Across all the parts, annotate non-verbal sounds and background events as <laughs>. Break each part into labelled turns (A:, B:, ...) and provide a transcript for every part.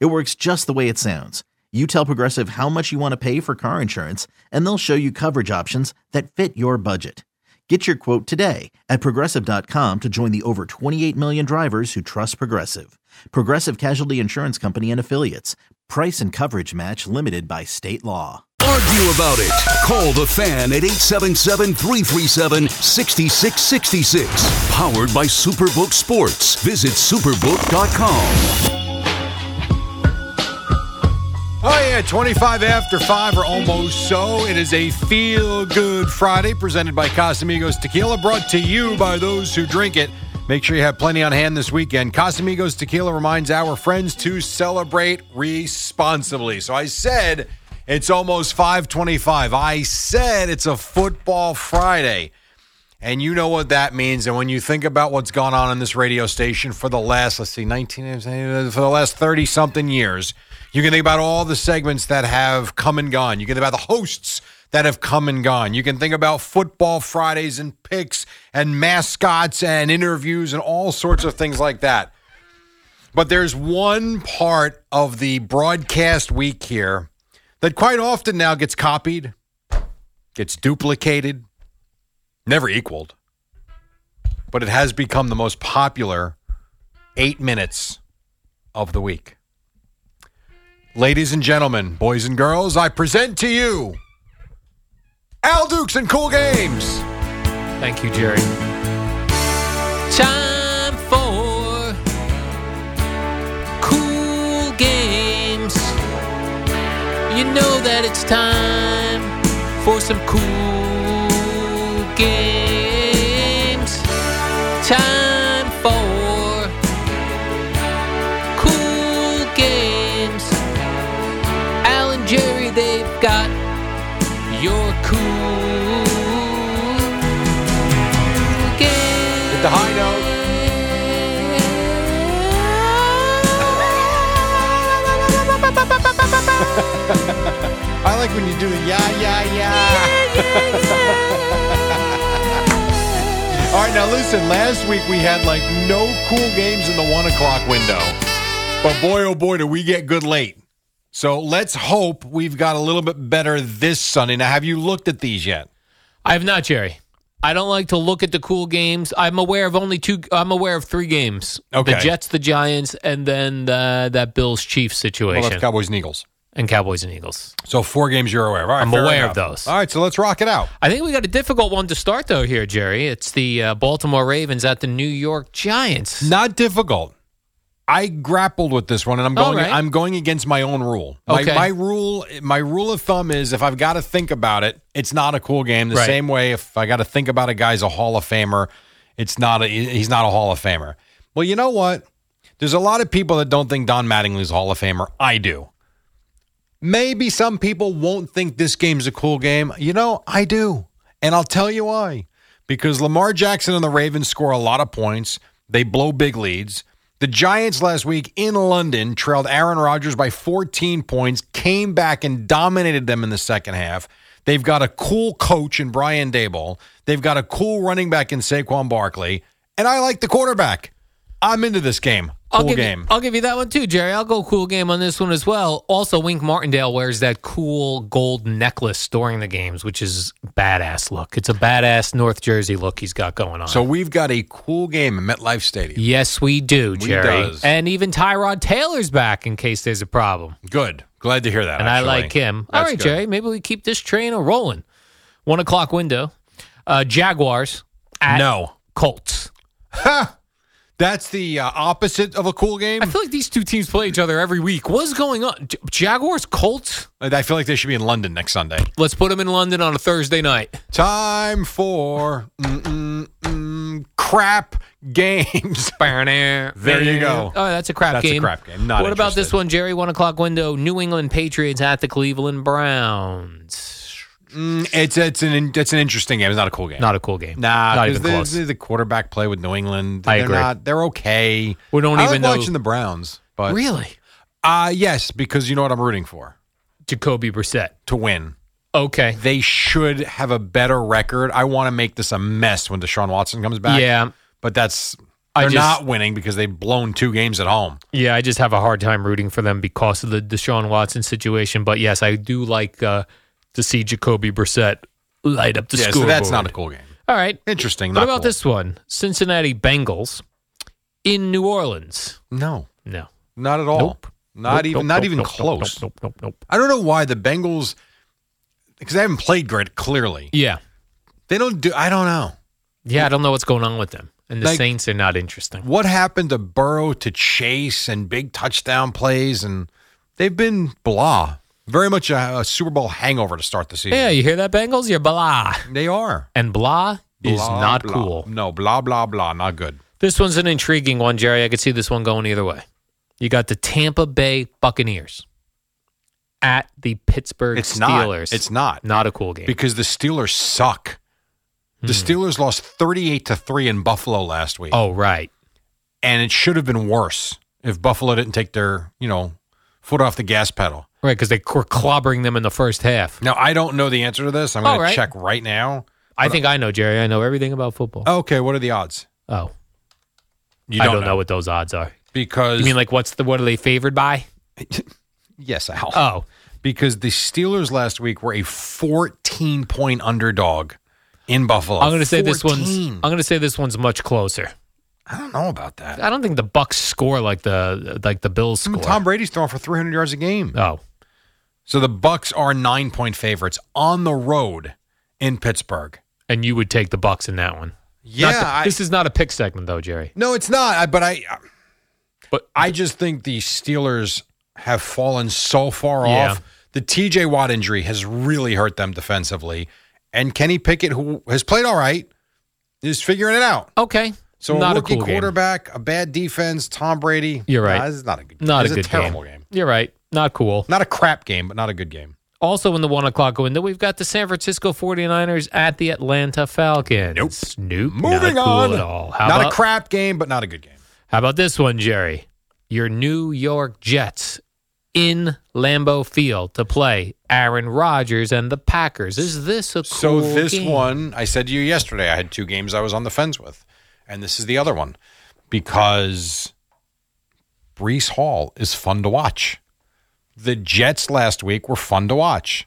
A: It works just the way it sounds. You tell Progressive how much you want to pay for car insurance, and they'll show you coverage options that fit your budget. Get your quote today at progressive.com to join the over 28 million drivers who trust Progressive. Progressive Casualty Insurance Company and Affiliates. Price and coverage match limited by state law.
B: Argue about it. Call the fan at 877 337 6666. Powered by Superbook Sports. Visit superbook.com.
C: Oh, yeah, 25 after 5 or almost so. It is a feel good Friday presented by Casamigos Tequila, brought to you by those who drink it. Make sure you have plenty on hand this weekend. Casamigos Tequila reminds our friends to celebrate responsibly. So I said it's almost 525. I said it's a football Friday. And you know what that means. And when you think about what's gone on in this radio station for the last, let's see, 19, for the last 30 something years, you can think about all the segments that have come and gone. You can think about the hosts that have come and gone. You can think about football Fridays and picks and mascots and interviews and all sorts of things like that. But there's one part of the broadcast week here that quite often now gets copied, gets duplicated never equaled, but it has become the most popular eight minutes of the week. Ladies and gentlemen, boys and girls, I present to you Al Dukes and Cool Games.
D: Thank you, Jerry. Time for cool games. You know that it's time for some cool games. Time for cool games. Al and Jerry, they've got your cool games.
C: Hit the high note. I like when you do the yeah, yeah, yeah. All right, now listen, last week we had like no cool games in the one o'clock window. But boy, oh boy, do we get good late. So let's hope we've got a little bit better this Sunday. Now, have you looked at these yet?
D: I have not, Jerry. I don't like to look at the cool games. I'm aware of only two. I'm aware of three games:
C: Okay.
D: the Jets, the Giants, and then the, that Bills Chiefs
C: Well,
D: situation,
C: that's Cowboys and Eagles.
D: and Cowboys and Eagles.
C: So four games you're aware of. All right,
D: I'm
C: fair
D: aware of
C: enough.
D: those.
C: All right, so let's rock it out.
D: I think we got a difficult one to start though here, Jerry. It's the uh, Baltimore Ravens at the New York Giants.
C: Not difficult. I grappled with this one, and I'm
D: All
C: going.
D: right.
C: I'm going against my own rule. My,
D: Okay.
C: my rule. My rule of thumb is if I've got to think about it, it's not a cool game. The
D: Right.
C: same way, if I got to think about a guy's a Hall of Famer, it's not a. He's not a Hall of Famer. Well, you know what? There's a lot of people that don't think Don Mattingly's a Hall of Famer. I do. Maybe some people won't think this game's a cool game. You know, I do. And I'll tell you why. Because Lamar Jackson and the Ravens score a lot of points, they blow big leads. The Giants last week in London trailed Aaron Rodgers by 14 points, came back and dominated them in the second half. They've got a cool coach in Brian Dable. They've got a cool running back in Saquon Barkley. And I like the quarterback. I'm into this game.
D: I'll
C: Cool
D: give
C: game.
D: You, I'll give you that one too, Jerry. I'll go cool game on this one as well. Also, Wink Martindale wears that cool gold necklace during the games, which is badass look. It's a badass North Jersey look he's got going on.
C: so we've got a cool game in MetLife Stadium.
D: yes, we do, Jerry.
C: does.
D: And even Tyrod Taylor's back in case there's a problem.
C: Good. Glad to hear that.
D: and
C: actually.
D: I like him. All
C: That's
D: right,
C: good.
D: Jerry. Maybe we keep this train a rolling. One o'clock window. Uh, Jaguars at
C: No.
D: Colts.
C: That's the uh, opposite of a cool game.
D: I feel like these two teams play each other every week. What's going on? J- Jaguars Colts.
C: I feel like they should be in London next Sunday.
D: Let's put them in London on a Thursday night.
C: Time for mm, mm, mm, crap games. <laughs>
D: there
C: you go.
D: Oh, that's a crap
C: That's a
D: game.
C: crap game. Not
D: what about this
C: interested.
D: one, Jerry? One o'clock window. New England Patriots at the Cleveland Browns.
C: Mm, it's it's an in- it's an interesting game. It's not a cool game.
D: Not a cool game.
C: Nah,
D: not
C: 'cause
D: even
C: the-
D: close.
C: The, the quarterback play with New England.
D: I
C: they're
D: agree.
C: Not, they're okay.
D: We don't
C: I like
D: even know-
C: watching the Browns, but
D: really,
C: uh yes, because you know what I'm rooting for
D: Jacoby Brissett.
C: to win.
D: Okay.
C: They should have a better record. I want to make this a mess when Deshaun Watson comes back.
D: Yeah.
C: but that's
D: I
C: they're
D: just-
C: not winning because they've blown two games at home.
D: Yeah, I just have a hard time rooting for them because of the Deshaun Watson situation. But yes, I do like uh, to see Jacoby Brissett light up the
C: yeah, so
D: scoreboard.
C: that's not a cool game.
D: All right.
C: Interesting.
D: What
C: not
D: about
C: cool.
D: this one? Cincinnati Bengals in New Orleans.
C: No,
D: No.
C: not at all.
D: Nope.
C: Not
D: Nope,
C: even
D: nope,
C: not
D: nope,
C: even
D: nope, nope,
C: close.
D: Nope, nope, nope, nope.
C: I don't know why the Bengals because they haven't played great. Clearly,
D: Yeah.
C: they don't do. I don't know
D: Yeah, I don't know what's going on with them. And the
C: Like-
D: Saints are not interesting.
C: what happened to Burrow to Chase and big touchdown plays, and they've been blah. Very much a, a Super Bowl hangover to start the season.
D: Yeah, you hear that, Bengals? You're blah.
C: they are.
D: And blah, is
C: Blah,
D: not
C: blah.
D: cool.
C: No, blah blah blah. Not good.
D: This one's an intriguing one, Jerry. I could see this one going either way. You got the Tampa Bay Buccaneers at the Pittsburgh
C: It's not.
D: Steelers.
C: It's not.
D: not a cool game. Hmm.
C: because the Steelers suck. The Steelers lost 38 to 3 in Buffalo last week.
D: oh, right.
C: And it should have been worse if Buffalo didn't take their, you know, foot off the gas pedal.
D: Right, because they were clobbering them in the first half.
C: Now, I don't know the answer to this. I'm going
D: All
C: to
D: right.
C: check right now.
D: I think I know, Jerry. I know everything about football.
C: Okay, what are the odds?
D: Oh,
C: You
D: I don't know. what those odds are.
C: Because
D: You mean like what's the what are they favored by?
C: yes, Al.
D: Oh,
C: because the Steelers last week were a 14 point underdog in Buffalo.
D: I'm going to say this one's.
C: 14.
D: I'm going to say this one's much closer.
C: I don't know about that.
D: I don't think the Bucks score like the like the Bills
C: I mean,
D: score.
C: Mm, Tom Brady's throwing for 300 yards a game.
D: oh,
C: So the Bucks are nine point favorites on the road in Pittsburgh.
D: and you would take the Bucks in that one.
C: Yeah,
D: Not the-
C: I-
D: this is not a pick segment though, Jerry.
C: No, it's not. I, but I,
D: But
C: I just think the Steelers have fallen so far
D: Yeah.
C: off. The T.J. Watt injury has really hurt them defensively, and Kenny Pickett, who has played all right, is figuring it out.
D: okay,
C: So
D: not
C: a
D: a
C: rookie
D: cool game.
C: quarterback, a bad defense, Tom Brady.
D: You're right.
C: Nah, this is not a good.
D: Not
C: this
D: a
C: is
D: good
C: a terrible game.
D: You're right. Not cool.
C: Not a crap game, but not a good game.
D: Also in the one o'clock window, we've got the San Francisco 49ers at the Atlanta Falcons. Nope. Nope.
C: Moving
D: not cool
C: on.
D: at all. How
C: not
D: about,
C: a crap game, but not a good game.
D: How about this one, Jerry? Your New York Jets in Lambeau Field to play Aaron Rodgers and the Packers. Is this a cool
C: So this
D: game?
C: one, I said to you yesterday, I had two games I was on the fence with, and this is the other one because Brees Hall is fun to watch. The Jets last week were fun to watch.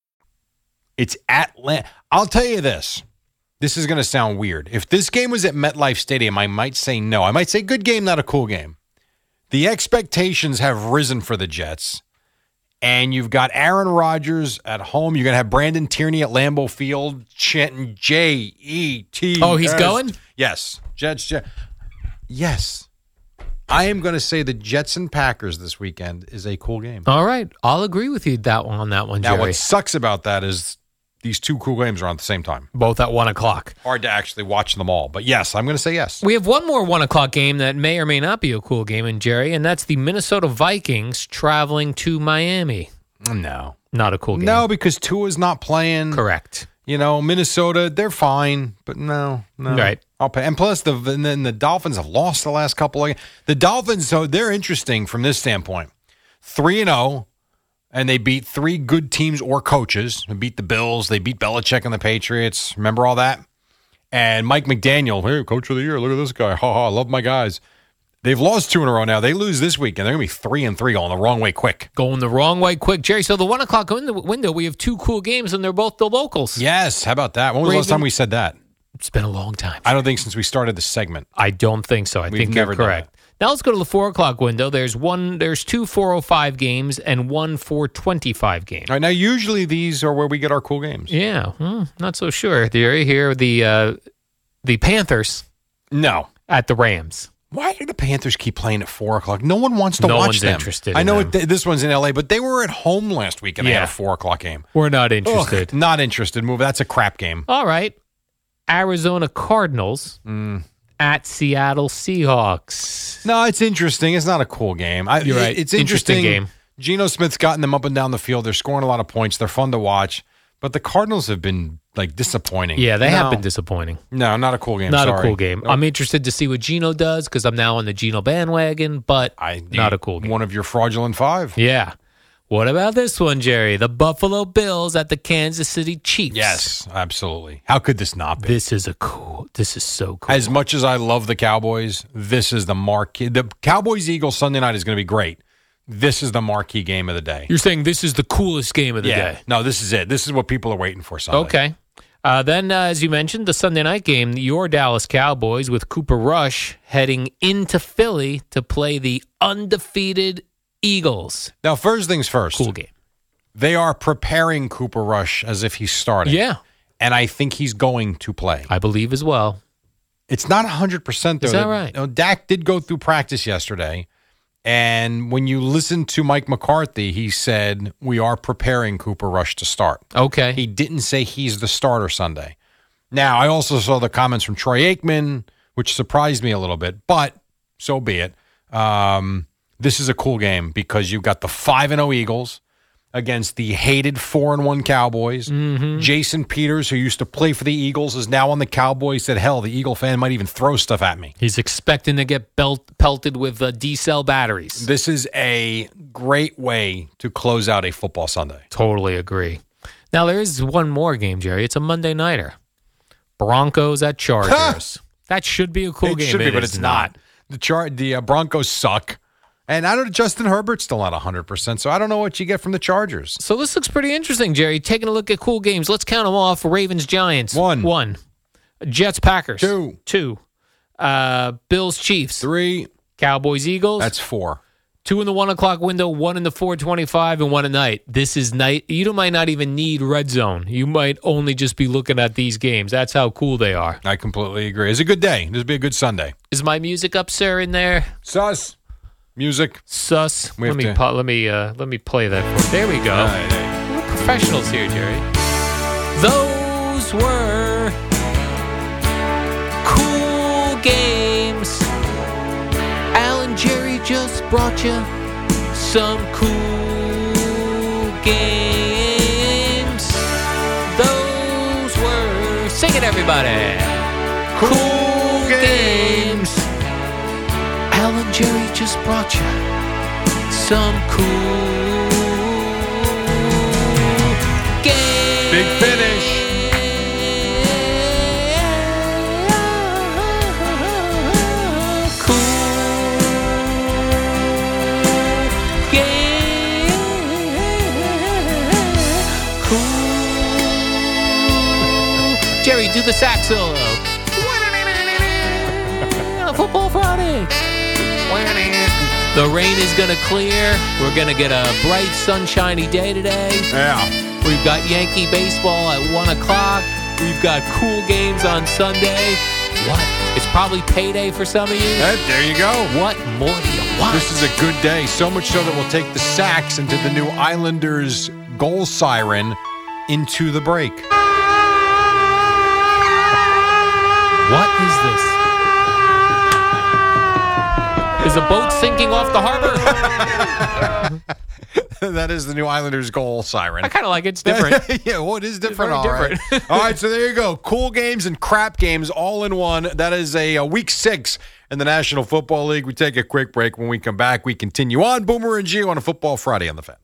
C: It's at Lam- I'll tell you this. This is going to sound weird. If this game was at MetLife Stadium, I might say no. I might say good game, not a cool game. The expectations have risen for the Jets. And you've got Aaron Rodgers at home. You're going to have Brandon Tierney at Lambeau Field chanting J E T.
D: Oh, he's going?
C: Yes. Jets. Jets. Yes. I am going to say the Jets and Packers this weekend is a cool game.
D: All right. I'll agree with you that one on that one,
C: Now,
D: Oh, Jerry.
C: what sucks about that is these two cool games are on at the same time
D: Both at one o'clock.
C: hard to actually watch them all. But yes, I'm going to say yes.
D: We have one more one o'clock game that may or may not be a cool game, and Jerry, and that's the Minnesota Vikings traveling to Miami.
C: No.
D: Not a cool game.
C: No, because Tua's not playing.
D: correct.
C: You know, Minnesota, they're fine, but no, no.
D: Right.
C: I'll pay. And plus, the and then the Dolphins have lost the last couple of the Dolphins. So they're interesting from this standpoint. Three and zero, and they beat three good teams or coaches. They beat the Bills. They beat Belichick and the Patriots. Remember all that. And Mike McDaniel, hey, coach of the year. Look at this guy. Ha ha. Love my guys. They've lost two in a row now. They lose this week, and they're going to be three and three going the wrong way quick.
D: Going the wrong way quick, Jerry. So the one o'clock win- window, we have two cool games, and they're both the locals.
C: Yes. How about that? When was the last
D: Raven-
C: time we said that?
D: It's been a long time.
C: I don't think since we started the segment.
D: I don't think so. I
C: We've
D: think you're
C: never done
D: correct. Now let's go to the four o'clock window. There's one. There's two 405 games and one 425 game.
C: All right, now usually these are where we get our cool games.
D: Yeah, hmm, not so sure. Theory here. The uh, the Panthers
C: No.
D: at the Rams.
C: Why do the Panthers keep playing at four o'clock? No one wants to
D: No
C: watch
D: one's
C: them.
D: interested
C: I
D: in
C: know
D: them.
C: it, th- this one's in L.A., but they were at home last week and they had
D: Yeah.
C: a four o'clock game.
D: We're not
C: Ugh,
D: interested.
C: not interested. Move. That's a crap game.
D: All right. Arizona Cardinals
C: Mm.
D: at Seattle Seahawks.
C: No, it's interesting. It's not a cool game. I,
D: You're
C: it-
D: right.
C: It's interesting.
D: Interesting game.
C: Geno Smith's gotten them up and down the field. They're scoring a lot of points. They're fun to watch. But the Cardinals have been like disappointing.
D: Yeah, they
C: no,
D: have been disappointing.
C: No, not a cool game.
D: not
C: Sorry.
D: a cool game. I'm interested to see what Gino does because I'm now on the Gino bandwagon, but
C: I,
D: not a cool game.
C: One of your fraudulent five.
D: Yeah. What about this one, Jerry? The Buffalo Bills at the Kansas City Chiefs.
C: Yes, absolutely. How could this not be?
D: This is a cool. This is so cool.
C: As much as I love the Cowboys, this is the marquee. The Cowboys Eagles Sunday night is going to be great. This is the marquee game of the day.
D: You're saying this is the coolest game of the
C: yeah.
D: day.
C: No, this is it. This is what people are waiting for Sunday.
D: Okay. Uh, then, uh, as you mentioned, the Sunday night game, your Dallas Cowboys with Cooper Rush heading into Philly to play the undefeated Eagles.
C: Now, first things first.
D: Cool game.
C: They are preparing Cooper Rush as if he's starting.
D: Yeah,
C: And I think he's going to play.
D: I believe as well.
C: It's not 100% though.
D: Is that
C: The-
D: right?
C: no, Dak did go through practice yesterday. And when you listen to Mike McCarthy, he said, We are preparing Cooper Rush to start.
D: Okay.
C: He didn't say he's the starter Sunday. Now, I also saw the comments from Troy Aikman, which surprised me a little bit, but so be it. Um, this is a cool game because you've got the 5 and 0 Eagles against the hated 4 and 1 Cowboys. Jason Peters, who used to play for the Eagles, is now on the Cowboys. Said, hell, the Eagle fan might even throw stuff at me.
D: He's expecting to get belt- pelted with uh, D cell batteries.
C: This is a great way to close out a football Sunday.
D: Totally agree. Now there is one more game, Jerry. It's a Monday nighter. Broncos at Chargers. that should be a cool
C: it
D: game.
C: should be,
D: It
C: but
D: is
C: it's not. The char- the uh, Broncos suck, and I don't. Justin Herbert's still not hundred percent, so I don't know what you get from the Chargers.
D: So this looks pretty interesting, Jerry. Taking a look at cool games. Let's count them off. Ravens Giants.
C: One.
D: One. Jets Packers.
C: Two.
D: Two. Uh, Bills Chiefs.
C: Three,
D: Cowboys Eagles.
C: that's four.
D: Two in the one o'clock window, one in the four twenty-five, and one at night. This is night. You don't- might not even need red zone. You might only just be looking at these games. That's how cool they are.
C: I completely agree. It's a good day. This will be a good Sunday.
D: Is my music up, sir? In there,
C: Sus, music.
D: sus.
C: We
D: Let
C: have
D: me
C: to-
D: pa- let me uh, let me play that. For there we go.
C: All right, hey.
D: We're professionals here, Jerry. Those were cool games. Alan Jerry just brought you some cool games. Those were. Sing it, everybody. Cool games. Alan Jerry just brought you some cool games.
C: Big finish.
D: Jerry, do the sax solo. Football Friday. The rain is going to clear. We're going to get a bright, sunshiny day today.
C: Yeah,
D: We've got Yankee baseball at one o'clock. We've got cool games on Sunday. What? It's probably payday for some of you.
C: Hey, there you go.
D: What more do you want?
C: This is a good day. So much so that we'll take the sacks into the new Islanders goal siren into the break. <laughs>
D: what is this? Is a boat sinking off the harbor?
C: that is the new Islanders goal siren.
D: I kind of like it. It's different.
C: <laughs> yeah, well, it is different.
D: very
C: all right. all
D: <laughs>
C: right, so there you go. Cool games and crap games all in one. That is a, a week six in the National Football League. We take a quick break. When we come back, we continue on. Boomer and Gio on a Football Friday on the Fan.